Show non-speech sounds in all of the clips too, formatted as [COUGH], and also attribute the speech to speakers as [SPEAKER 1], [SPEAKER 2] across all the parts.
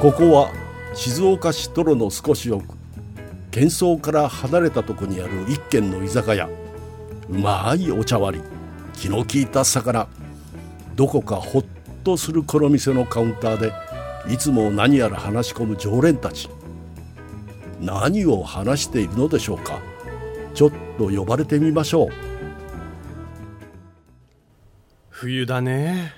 [SPEAKER 1] ここは静岡市泥の少し奥喧騒から離れたとこにある一軒の居酒屋うまいお茶割り気の利いた魚どこかほっとするこの店のカウンターでいつも何やら話し込む常連たち何を話しているのでしょうかちょっと呼ばれてみましょう
[SPEAKER 2] 冬だね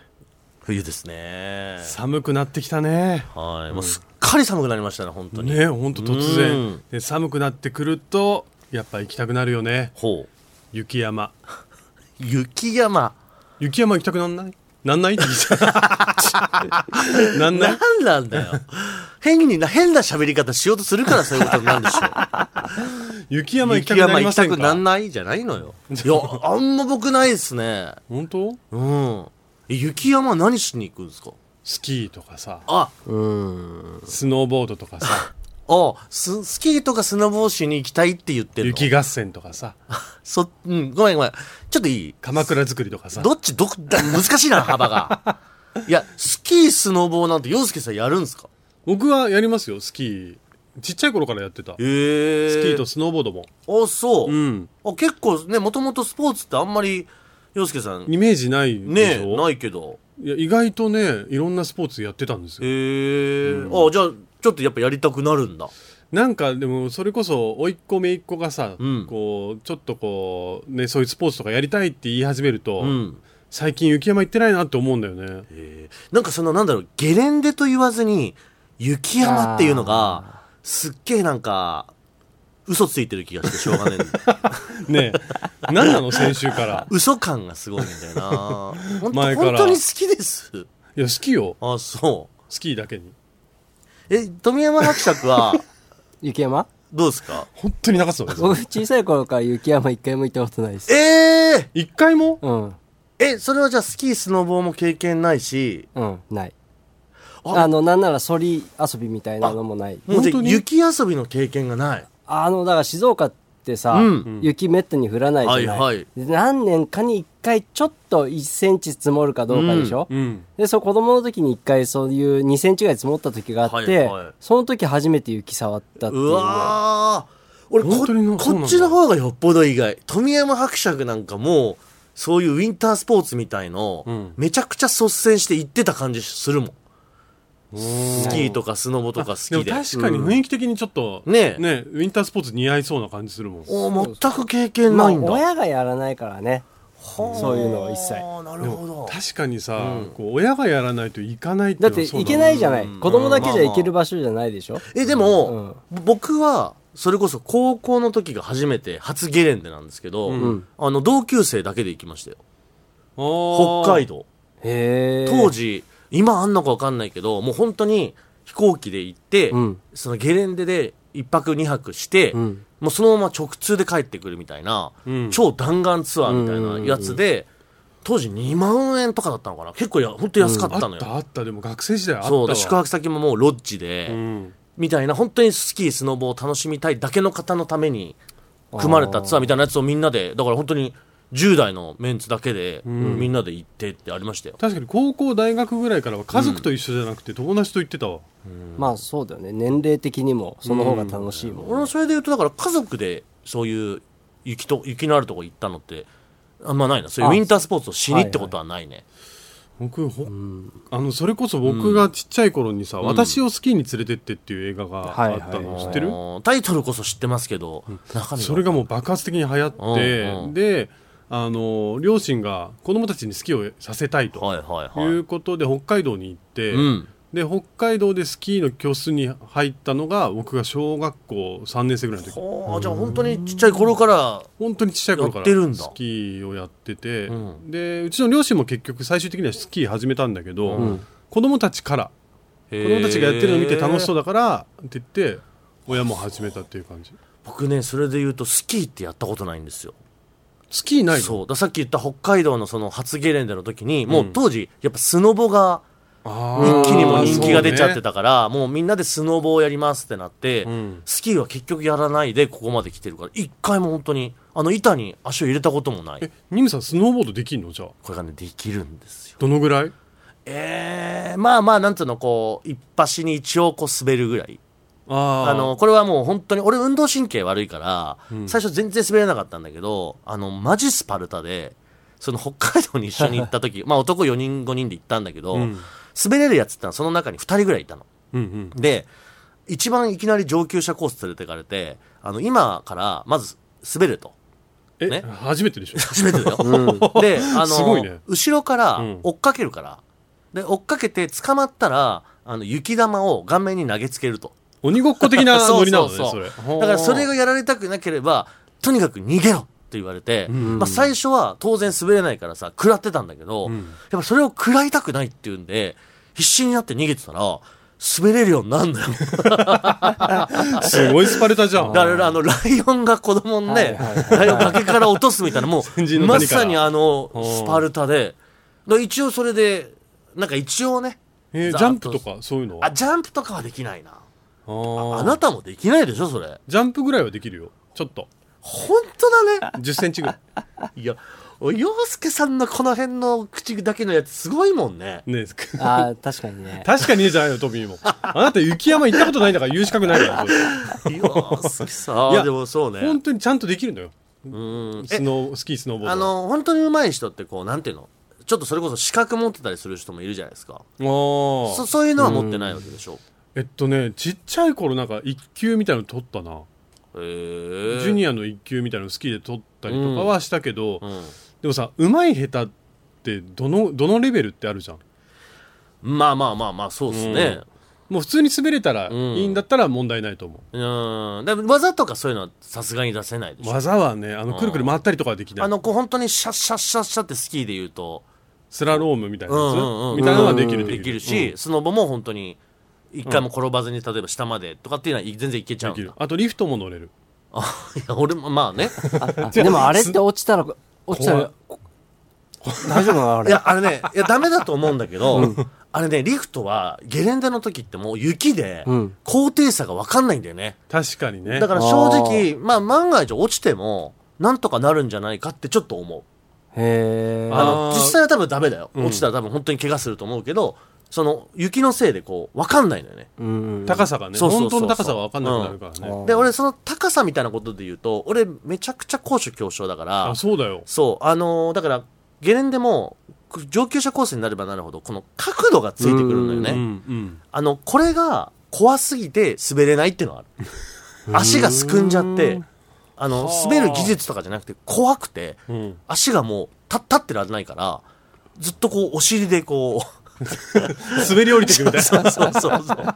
[SPEAKER 3] 冬ですね
[SPEAKER 2] 寒くなってきたね
[SPEAKER 3] はいもうすっかり寒くなりましたね本当に、
[SPEAKER 2] ねほんと突然、
[SPEAKER 3] うん
[SPEAKER 2] で寒くなってくるとやっぱ行きたくなるよね
[SPEAKER 3] ほう
[SPEAKER 2] 雪山
[SPEAKER 3] 雪山
[SPEAKER 2] 雪山行きたくなんないなん
[SPEAKER 3] [LAUGHS]
[SPEAKER 2] ないって言ってたなんな
[SPEAKER 3] ないんな
[SPEAKER 2] [LAUGHS]
[SPEAKER 3] んだよ変にな変な喋り方しようとするからそういうことになるんでしょ
[SPEAKER 2] 雪 [LAUGHS] 山行きた
[SPEAKER 3] 雪
[SPEAKER 2] くな
[SPEAKER 3] 山
[SPEAKER 2] り
[SPEAKER 3] 行
[SPEAKER 2] ま
[SPEAKER 3] き
[SPEAKER 2] せ
[SPEAKER 3] た
[SPEAKER 2] ん
[SPEAKER 3] くな
[SPEAKER 2] か
[SPEAKER 3] んないじゃないのよいやあんま僕ないですね
[SPEAKER 2] 本当
[SPEAKER 3] うんえ雪山何しに行くんですか
[SPEAKER 2] スキーとかさ
[SPEAKER 3] あうん
[SPEAKER 2] スノーボードとかさ
[SPEAKER 3] [LAUGHS] あススキーとかスノボーしに行きたいって言ってるの
[SPEAKER 2] 雪合戦とかさ
[SPEAKER 3] そ、うん、ごめんごめんちょっといい
[SPEAKER 2] 鎌倉作りとかさ
[SPEAKER 3] どっちどこだ難しいな
[SPEAKER 2] [LAUGHS]
[SPEAKER 3] 幅がいやスキースノボーなんて洋介さんやるんですか
[SPEAKER 2] 僕はやりますよスキーちっちゃい頃からやってた、
[SPEAKER 3] へえ
[SPEAKER 2] スキーとスノーボードも
[SPEAKER 3] あそう、
[SPEAKER 2] うん
[SPEAKER 3] あ結構ねもともとスポーツってあんまり洋介さん
[SPEAKER 2] イメージないで
[SPEAKER 3] ね
[SPEAKER 2] し
[SPEAKER 3] え
[SPEAKER 2] ょ
[SPEAKER 3] ないけど
[SPEAKER 2] いや意外とねいろんなスポーツやってたんですよ
[SPEAKER 3] へえ、あじゃあちょっとやっぱやりたくなるんだ
[SPEAKER 2] なんかでもそれこそ甥っ子姪っ子がさ、
[SPEAKER 3] うん
[SPEAKER 2] こうちょっとこうねそういうスポーツとかやりたいって言い始めると、
[SPEAKER 3] うん
[SPEAKER 2] 最近雪山行ってないなって思うんだよ
[SPEAKER 3] [LAUGHS]
[SPEAKER 2] ね
[SPEAKER 3] なんかそのなんだろうゲレンデと言わずに雪山っていうのがすっげえなんか嘘ついてる気がしてしょうがない
[SPEAKER 2] [LAUGHS] ねえ何なの先週から
[SPEAKER 3] 嘘感がすごいみたいな本当
[SPEAKER 2] 前から
[SPEAKER 3] 本当に好きです
[SPEAKER 2] いや好きよ
[SPEAKER 3] あそう
[SPEAKER 2] スキーだけに
[SPEAKER 3] え富山伯
[SPEAKER 2] [LAUGHS]
[SPEAKER 3] 爵は
[SPEAKER 4] 雪山
[SPEAKER 3] どうですか
[SPEAKER 2] 本当に流すのね
[SPEAKER 4] 僕小さい頃から雪山一回も行ったことないです。
[SPEAKER 3] ええ
[SPEAKER 2] 一回も
[SPEAKER 4] うん。
[SPEAKER 3] えそれはじゃあスキースノボーも経験ないし
[SPEAKER 4] うん。ない。
[SPEAKER 3] あ
[SPEAKER 4] あの、なんならソリ遊びみたいなのもない。
[SPEAKER 3] もうじ
[SPEAKER 2] 本
[SPEAKER 3] ゃあ
[SPEAKER 2] 当に
[SPEAKER 3] 雪遊びの経験がない
[SPEAKER 4] あの、だから静岡ってさ、
[SPEAKER 3] うん
[SPEAKER 4] 雪めったに降らないじゃない。
[SPEAKER 3] はいはい
[SPEAKER 4] で何年かに一回ちょっと1センチ積もるかどうかでしょ、
[SPEAKER 2] うん
[SPEAKER 4] で、そう子供の時に一回そういう2センチぐらい積もった時があって、
[SPEAKER 3] はいはい
[SPEAKER 4] その時初めて雪触ったっていう
[SPEAKER 3] う
[SPEAKER 4] ぐらい。
[SPEAKER 3] わー俺こ
[SPEAKER 2] 本当になそうなん
[SPEAKER 3] こ
[SPEAKER 2] だ
[SPEAKER 3] っちの方がよっぽど意外富山伯爵なんかもうそういうウィンタースポーツみたいの、
[SPEAKER 2] うん
[SPEAKER 3] めちゃくちゃ率先して行ってた感じするもんスキーとかスノボとか好
[SPEAKER 2] で
[SPEAKER 3] き
[SPEAKER 2] も
[SPEAKER 3] で
[SPEAKER 2] 確かに雰囲気的にちょっと、
[SPEAKER 3] うんねえ
[SPEAKER 2] ねウィンタースポーツ似合いそうな感じするもん
[SPEAKER 3] おー全く経験
[SPEAKER 4] まあ
[SPEAKER 3] ないんだ、
[SPEAKER 4] 親がやらないからね。そういうのは一切。
[SPEAKER 3] ああなる
[SPEAKER 2] で
[SPEAKER 3] ほ
[SPEAKER 2] も
[SPEAKER 3] ど
[SPEAKER 2] 確かにさ、こう親がやらないと行かないってい
[SPEAKER 4] だ
[SPEAKER 2] う
[SPEAKER 4] っ
[SPEAKER 2] のは
[SPEAKER 4] て
[SPEAKER 2] そう
[SPEAKER 4] 行
[SPEAKER 2] だね
[SPEAKER 4] けないじゃない。
[SPEAKER 3] うん
[SPEAKER 4] 子供だけじゃ行ける場所じゃないでしょ、
[SPEAKER 3] えでも、僕はそれこそ高校の時が初めて初ゲレンデなんですけど、
[SPEAKER 2] ん
[SPEAKER 3] あの同級生だけで行きましたよ
[SPEAKER 2] あー
[SPEAKER 3] 北海道
[SPEAKER 4] へえ。
[SPEAKER 3] 当時、今あんのか分かんないけどもう本当に飛行機で行って、
[SPEAKER 4] うん
[SPEAKER 3] そのゲレンデで1泊2泊して、
[SPEAKER 4] うん
[SPEAKER 3] もうそのまま直通で帰ってくるみたいな、
[SPEAKER 2] ん
[SPEAKER 3] 超弾丸ツアーみたいなやつで、当時2万円とかだったのかな結構や本当安かったの
[SPEAKER 2] あっ
[SPEAKER 3] よ、
[SPEAKER 2] たあったでも学生時代あったわ
[SPEAKER 3] そうで宿泊先ももうロッジで、
[SPEAKER 2] うん
[SPEAKER 3] みたいな本当にスキースノボを楽しみたいだけの方のために組まれたツアーみたいなやつをみんなでだから本当に10代のメンツだけで、みんなで行ってってありましたよ
[SPEAKER 2] 確かに高校大学ぐらいからは家族と一緒じゃなくて友達と行ってたわ、
[SPEAKER 4] まあそうだよね。年齢的にもその方が楽しいもんね、
[SPEAKER 3] 俺もそれで言うとだから家族でそういう雪と雪のあるとこ行ったのってあんまないなそういうウ
[SPEAKER 4] あ
[SPEAKER 3] ィンタースポーツをしにってことはないね、
[SPEAKER 2] 僕ほ、あのそれこそ僕がちっちゃい頃にさ「私をスキーに連れてって」っていう映画があったの、
[SPEAKER 4] はいはい
[SPEAKER 2] 知ってる
[SPEAKER 3] あのタイトルこそ知ってますけど、中身は
[SPEAKER 2] それがもう爆発的に流行って、
[SPEAKER 3] うんうん
[SPEAKER 2] であの両親が子供たちにスキーをさせたいと
[SPEAKER 3] はいはい
[SPEAKER 2] い
[SPEAKER 3] はいう
[SPEAKER 2] ことで北海道に行って、
[SPEAKER 3] うん
[SPEAKER 2] で北海道でスキーの教室に入ったのが僕が小学校3年生ぐらいの時
[SPEAKER 3] ああじゃあ本当にちっちゃい頃から
[SPEAKER 2] 本当にちっちゃい頃か
[SPEAKER 3] や
[SPEAKER 2] ら
[SPEAKER 3] ってるんだ
[SPEAKER 2] スキーをやってて
[SPEAKER 3] う
[SPEAKER 2] でうちの両親も結局最終的にはスキー始めたんだけど、子供たちから
[SPEAKER 3] 子
[SPEAKER 2] 子供たちがやってるの見て楽しそう
[SPEAKER 3] だ
[SPEAKER 2] だからって言って親も始めたっていう感じ
[SPEAKER 3] 僕ねそれで言うとスキーってやったことないんですよ
[SPEAKER 2] スキーないの
[SPEAKER 3] そうだからさっき言った北海道のその初ゲレンデの時にもう当時やっぱスノボが
[SPEAKER 2] あー
[SPEAKER 3] 一気にもう人気が出ちゃって
[SPEAKER 2] そうね
[SPEAKER 3] たから、もうみんなでスノボをやりますってなって、
[SPEAKER 2] ん
[SPEAKER 3] スキーは結局やらないでここまで来てるから一回も本当にあの板に足を入れたこともない
[SPEAKER 2] えニムさんスノーボードできんのじゃあ
[SPEAKER 3] これがねできるんですよ
[SPEAKER 2] どのぐらい
[SPEAKER 3] えー、まあまあ、なんつうの、こう、一発に一応こう滑るぐらい。
[SPEAKER 2] あー
[SPEAKER 3] あの、これはもう本当に、俺運動神経悪いから、最初全然滑れなかったんだけど、あの、マジスパルタで、その北海道に一緒に行っ
[SPEAKER 2] [LAUGHS]
[SPEAKER 3] た時、まあ男4人5人で行ったんだけど、
[SPEAKER 2] うん
[SPEAKER 3] 滑れるやつってのはその中に2人ぐらいいたの。
[SPEAKER 2] うんうん
[SPEAKER 3] で、一番いきなり上級者コース連れてかれて、あの、今からまず滑ると。
[SPEAKER 2] え、
[SPEAKER 3] ね
[SPEAKER 2] 初めてでしょ
[SPEAKER 3] 初め
[SPEAKER 2] [LAUGHS]
[SPEAKER 3] てだよ。 [LAUGHS] で、あの、
[SPEAKER 2] すごいね
[SPEAKER 3] 後ろから
[SPEAKER 2] うん
[SPEAKER 3] 追っかけるから、で、追っかけて捕まったら、あの、雪玉を顔面に投げつけると。
[SPEAKER 2] 鬼ごっこ的なノリなのね
[SPEAKER 3] [LAUGHS] そう
[SPEAKER 2] それ
[SPEAKER 3] そうそうだからそれ
[SPEAKER 2] が
[SPEAKER 3] がやられたくなければとにかく逃げろって言われて、まあ、最初は当然滑れないからさ食らってたんだけど、やっぱそれを食らいたくないっていうんで必死になって逃げてたら滑れるようになる
[SPEAKER 2] [LAUGHS]
[SPEAKER 3] んだよ。
[SPEAKER 2] すごいスパルタ [LAUGHS] じゃん
[SPEAKER 3] だからあのライオンが子供のね、ライオン崖から落とすみたいな、
[SPEAKER 2] [LAUGHS]
[SPEAKER 3] も
[SPEAKER 2] 先人
[SPEAKER 3] う
[SPEAKER 2] の
[SPEAKER 3] ま
[SPEAKER 2] 谷から
[SPEAKER 3] さにあの
[SPEAKER 2] うん
[SPEAKER 3] スパルタで、だから一応それで、なんか一応ね、
[SPEAKER 2] えー
[SPEAKER 3] ざ
[SPEAKER 2] ジ
[SPEAKER 3] ー
[SPEAKER 2] ャ
[SPEAKER 3] っ
[SPEAKER 2] ンプとかそういうのは
[SPEAKER 3] あ、ジャンプとかはできないな。
[SPEAKER 2] あー
[SPEAKER 3] あなたもできないでしょ、それ。
[SPEAKER 2] ジャンプぐらいはできるよちょっと
[SPEAKER 3] 本当だ
[SPEAKER 2] 1
[SPEAKER 3] ね。
[SPEAKER 2] 0ンチぐらい
[SPEAKER 3] いや、お洋介さんのこの辺の口だけのやつすごいもんね。
[SPEAKER 2] ねえ
[SPEAKER 4] ああ、確かに
[SPEAKER 3] [LAUGHS]
[SPEAKER 4] ね。
[SPEAKER 2] 確かにねえじゃないのトミーもあなた雪山行ったことないんだから言う資格ないからこれ
[SPEAKER 3] 洋介さ
[SPEAKER 2] い
[SPEAKER 3] ん。い
[SPEAKER 2] や
[SPEAKER 3] や、でもそうね。
[SPEAKER 2] 本当にちゃんとできるのよ
[SPEAKER 3] うん。
[SPEAKER 2] ス
[SPEAKER 3] え、
[SPEAKER 2] ノースキースノーボード
[SPEAKER 3] あの、本当に上手い人ってこう、なんていうのちょっとそれこそ資格持ってたりする人もいるじゃないですか。
[SPEAKER 2] あー
[SPEAKER 3] そそういうのは持ってないわけでしょ。
[SPEAKER 2] えっとねちっちゃい頃なんか1級みたいなの取ったな
[SPEAKER 3] へえ
[SPEAKER 2] ジュニアの1級みたいなの好きで取ったりとかはしたけど、
[SPEAKER 3] うん。
[SPEAKER 2] でもさうまい下手ってどのどのレベルってあるじゃん
[SPEAKER 3] まあまあまあまあ、そうですね。
[SPEAKER 2] もう普通に滑れたらい
[SPEAKER 3] ん
[SPEAKER 2] いんだったら問題ないと思
[SPEAKER 3] うん。でも技とかそういうのはさすがに出せないで
[SPEAKER 2] う、
[SPEAKER 3] しょ。
[SPEAKER 2] 技はねあのくるくる回ったりとかはできない
[SPEAKER 3] あの、こう本当にシャッシャッシャッシャッってスキーで言うと、
[SPEAKER 2] スラロームみたいなやつ、
[SPEAKER 3] うんうんうん
[SPEAKER 2] みたいなのはできる
[SPEAKER 3] できるし、スノボも本当に一回も転ばずに例えば下までとかっていうのは全然いけちゃ
[SPEAKER 2] で
[SPEAKER 3] う
[SPEAKER 2] き
[SPEAKER 3] ん
[SPEAKER 2] る
[SPEAKER 3] だ
[SPEAKER 2] あとリフトも乗れる
[SPEAKER 3] あいや俺もまあね
[SPEAKER 4] あでもあれって落ちたら、落ちたら、大丈夫なのあ
[SPEAKER 3] い
[SPEAKER 4] れ。
[SPEAKER 3] やあれねいやダメだと思うんだけど、あれねリフトはゲレンデの時ってもう雪で
[SPEAKER 4] うん
[SPEAKER 3] 高低差が分かんないんだよね、
[SPEAKER 2] 確かにね
[SPEAKER 3] だから正直まあ万が一落ちてもなんとかなるんじゃないかってちょっと思う
[SPEAKER 4] へ
[SPEAKER 3] あ
[SPEAKER 4] え。
[SPEAKER 3] の
[SPEAKER 2] あー
[SPEAKER 3] 実際は多分ダメだよ落ちたら多分本当に怪我すると思うけど、その雪のせいでこう分かんないんだよね
[SPEAKER 4] うん。
[SPEAKER 2] 高さがね
[SPEAKER 3] そうそうそうそう
[SPEAKER 2] 本当の高さが分かんなくなるからね、
[SPEAKER 4] うん
[SPEAKER 3] で俺その高さみたいなことで言うと俺めちゃくちゃ高所恐怖症だから
[SPEAKER 2] あそうだよ
[SPEAKER 3] そう、あのーだから、ゲレンデも、く上級者コースになればなるほど、この角度がついてくるのよ
[SPEAKER 2] う
[SPEAKER 3] ね。
[SPEAKER 2] んうん
[SPEAKER 3] あの、これが怖すぎて滑れないっていうのはある。足がすくんじゃって、あの、滑る技術とかじゃなくて怖くて、
[SPEAKER 2] うん
[SPEAKER 3] 足がもう立立ってられないから、ずっとこう、お尻でこ
[SPEAKER 2] [LAUGHS]
[SPEAKER 3] う、
[SPEAKER 2] 滑り降りてくみたいな
[SPEAKER 3] そうそうそうそう。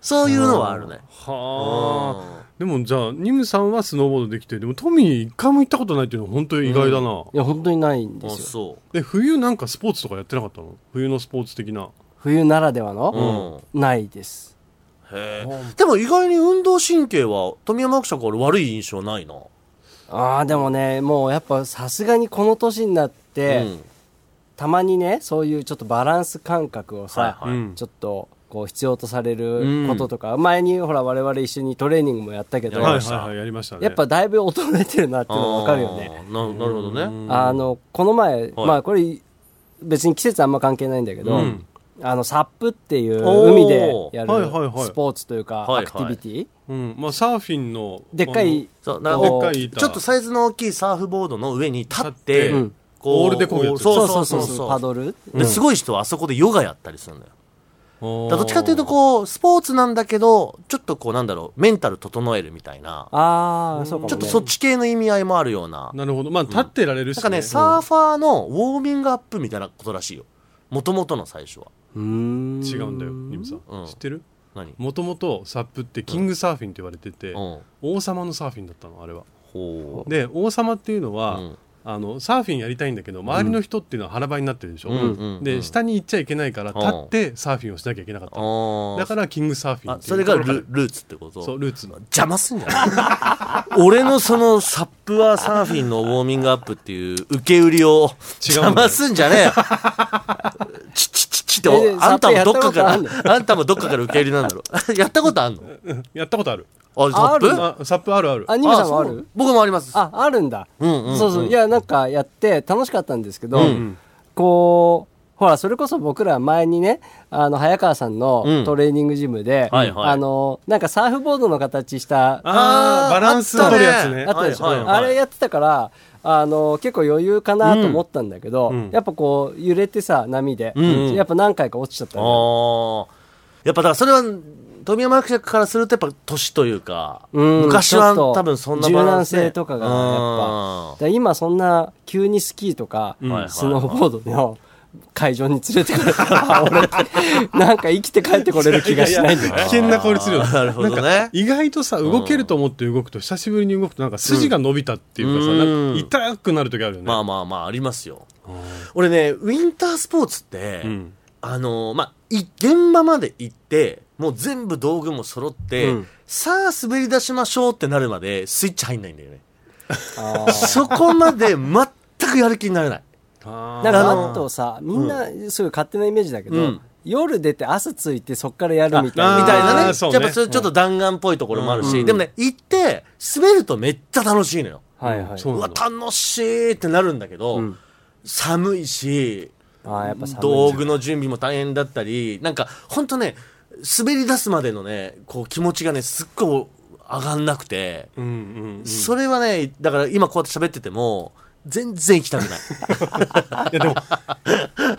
[SPEAKER 3] そういうのはあるね。
[SPEAKER 2] はあでもじゃあニムさんはスノーボードできてでもトミー一回も行ったことないっていうのは本当に意外だな、
[SPEAKER 4] いや、本当にない
[SPEAKER 3] う
[SPEAKER 4] んで
[SPEAKER 3] んあ
[SPEAKER 4] すよ。
[SPEAKER 3] そ
[SPEAKER 2] で冬なんかスポーツとかやってなかったの冬のスポーツ的な
[SPEAKER 4] 冬ならでは
[SPEAKER 3] う。
[SPEAKER 4] の、
[SPEAKER 3] うん。
[SPEAKER 4] ないです。
[SPEAKER 3] へえ。でも意外に運動神経は、富山学者から悪い印象ないな。
[SPEAKER 4] ああ、でもね、もうやっぱさすがにこの年になって、
[SPEAKER 3] うん
[SPEAKER 4] たまにね、そういうちょっとバランス感覚をさ、
[SPEAKER 3] はいはい
[SPEAKER 2] うん
[SPEAKER 4] ちょっとこう必要とされることとか、前にほら我々一緒にトレーニングもやったけど、
[SPEAKER 3] やり
[SPEAKER 2] はい
[SPEAKER 3] ま
[SPEAKER 4] や
[SPEAKER 3] し
[SPEAKER 2] はいはいやりましたね
[SPEAKER 4] っぱだいぶ衰えてるなっていうのがわかるよね。
[SPEAKER 3] あー。ななるほどね。
[SPEAKER 4] あの、この前、
[SPEAKER 3] はい
[SPEAKER 4] まあこれ別に季節あんま関係ないんだけど、
[SPEAKER 2] うん
[SPEAKER 4] あの、サップっていう
[SPEAKER 3] おー
[SPEAKER 4] 海でやる
[SPEAKER 2] はいはいはい
[SPEAKER 4] スポーツというか、
[SPEAKER 3] はいはい
[SPEAKER 4] アクティビティ、
[SPEAKER 2] うんまあサーフィンの
[SPEAKER 4] でっかい、
[SPEAKER 3] そうなん
[SPEAKER 4] こう
[SPEAKER 3] か
[SPEAKER 2] でっかい板
[SPEAKER 3] ちょっとサイズの大きいサーフボードの上に立っ
[SPEAKER 2] 立って
[SPEAKER 3] て、こう
[SPEAKER 2] オールでこぐやつ
[SPEAKER 3] そう
[SPEAKER 4] そ
[SPEAKER 3] そううそうう
[SPEAKER 4] そそう
[SPEAKER 3] そう。
[SPEAKER 4] パドル、
[SPEAKER 3] ですごい人はあそこでヨガやったりするんだよ。だからどっちかというと
[SPEAKER 2] う
[SPEAKER 3] こう、スポーツなんだけど、ちょっとこうなんだろう、メンタル整えるみたいな、
[SPEAKER 4] ああ、そうかも、ね。
[SPEAKER 3] ちょっとそっち系の意味合いもあるような。
[SPEAKER 2] なるほどまあ立ってられるし、
[SPEAKER 3] なんかね、サーファーのウォーミングアップみたいなことらしいよ。もともとの最初は。
[SPEAKER 4] うーん
[SPEAKER 2] 違うんだよニムさん、
[SPEAKER 3] うん
[SPEAKER 2] 知ってる
[SPEAKER 3] 何うん。
[SPEAKER 2] もともとサップってキングサーフィンって言われてて、
[SPEAKER 3] ほ
[SPEAKER 2] 王様のサーフィンだったのあれは
[SPEAKER 3] う。
[SPEAKER 2] で王様っていうのは、
[SPEAKER 3] うん
[SPEAKER 2] あのサーフィンやりたいんだけど周りの人っていうのは腹ばいになってるでしょ、
[SPEAKER 3] うんうんうん
[SPEAKER 2] で下に行っちゃいけないから立ってサーフィンをしなきゃいけなかったの、
[SPEAKER 3] あ
[SPEAKER 2] だ
[SPEAKER 3] ー
[SPEAKER 2] からキングサーフィン
[SPEAKER 3] あ、
[SPEAKER 2] ってい
[SPEAKER 3] そうれが
[SPEAKER 2] ところ
[SPEAKER 3] ル
[SPEAKER 2] か
[SPEAKER 3] ルーツってこと
[SPEAKER 2] らそうルーツの
[SPEAKER 3] 邪魔すんじゃない俺のそのサップはサーフィンのウォーミングアップっていう受け売り
[SPEAKER 2] 違うん
[SPEAKER 3] を
[SPEAKER 2] だ
[SPEAKER 3] 邪
[SPEAKER 2] よ
[SPEAKER 3] 魔すんじゃねえ
[SPEAKER 2] [LAUGHS]
[SPEAKER 3] よチッチッチッチッ
[SPEAKER 4] え
[SPEAKER 3] って
[SPEAKER 4] え
[SPEAKER 3] あんたもどっかから
[SPEAKER 4] サップやったこ
[SPEAKER 3] あんたもどっかから受け売りなんだろ [LAUGHS] うやったことあんの
[SPEAKER 2] やったことある
[SPEAKER 3] あサップ
[SPEAKER 2] あサップあるある
[SPEAKER 4] あ、ニムさん
[SPEAKER 3] そう
[SPEAKER 4] もある
[SPEAKER 3] 僕もあります
[SPEAKER 4] あ、あるんだ。
[SPEAKER 3] うんうんうん
[SPEAKER 4] そうそう。いや、なんかやって楽しかったんですけど、
[SPEAKER 3] うん
[SPEAKER 4] こほら、それこそ僕ら前にね、あの、早川さん
[SPEAKER 3] う
[SPEAKER 4] の
[SPEAKER 3] ん
[SPEAKER 4] トレーニングジムで、
[SPEAKER 3] はいはい
[SPEAKER 4] あの、なんかサーフボードの形した、あ
[SPEAKER 2] あーバランスを取るやつね
[SPEAKER 4] ったでしょ、
[SPEAKER 3] はいはいはい
[SPEAKER 4] あれやってたから、あの、結構余裕かなと思ったんだけど、
[SPEAKER 2] ん
[SPEAKER 4] やっぱこう、揺れてさ、波で、
[SPEAKER 3] ん
[SPEAKER 4] やっぱ何回か落ちちゃったね
[SPEAKER 3] ああ。やっぱだからそれは、富山役者からするとやっぱ年というか、
[SPEAKER 4] うん
[SPEAKER 3] 昔
[SPEAKER 4] ちょ
[SPEAKER 3] は
[SPEAKER 4] っと
[SPEAKER 3] 多分そんなバランスで
[SPEAKER 4] 柔軟性とかがやっぱだから今そんな急にスキーとか、
[SPEAKER 3] ん
[SPEAKER 4] スノーボードの会場に連れてかれた
[SPEAKER 3] [LAUGHS]
[SPEAKER 4] ら俺なんか生きて帰ってこれる気がしないんだよ
[SPEAKER 2] 危険な香りするよ
[SPEAKER 3] あーなるほどね
[SPEAKER 2] なんか意外とさ動けると思って動くと久しぶりに動くとなんか筋が伸びたっていうかさ、
[SPEAKER 3] うん
[SPEAKER 2] なんか痛くなる時あるよね、
[SPEAKER 3] まあまあまあありますよ。俺ね、ウィンタースポーツって、
[SPEAKER 2] ん
[SPEAKER 3] あのーまあ、い現場まで行って、もう全部道具も揃って、
[SPEAKER 4] うん
[SPEAKER 3] さあ滑り出しましょうってなるまでスイッチ入んないんだよね。
[SPEAKER 4] あー
[SPEAKER 3] そこまで全くやる気になれない。
[SPEAKER 2] あー
[SPEAKER 4] なんかあとさみんなすごい勝手なイメージだけど、
[SPEAKER 3] うん
[SPEAKER 4] 夜出て朝ついてそっからやるみたい
[SPEAKER 2] あ
[SPEAKER 4] な
[SPEAKER 2] ー
[SPEAKER 3] みたいな
[SPEAKER 2] あ
[SPEAKER 3] ね。
[SPEAKER 2] そうね
[SPEAKER 3] やっぱそれちょっと弾丸っぽいところもあるし、
[SPEAKER 4] うん
[SPEAKER 3] でもね、行って滑るとめっちゃ楽しいのよ。
[SPEAKER 4] はいはい、
[SPEAKER 2] そう
[SPEAKER 3] う
[SPEAKER 2] な
[SPEAKER 3] わ
[SPEAKER 2] ん、だ
[SPEAKER 3] 楽しいってなるんだけど、
[SPEAKER 4] ん
[SPEAKER 3] 寒いし、
[SPEAKER 4] あーやっぱ寒い
[SPEAKER 3] 道具の準備も大変だったり、なんか、ほんとね、滑り出すまでのね、こう気持ちがね、すっごい上がんなくて、
[SPEAKER 2] うんうんうん
[SPEAKER 3] それはね、だから今こうやって喋ってても、全然行きたくない。
[SPEAKER 2] いやでも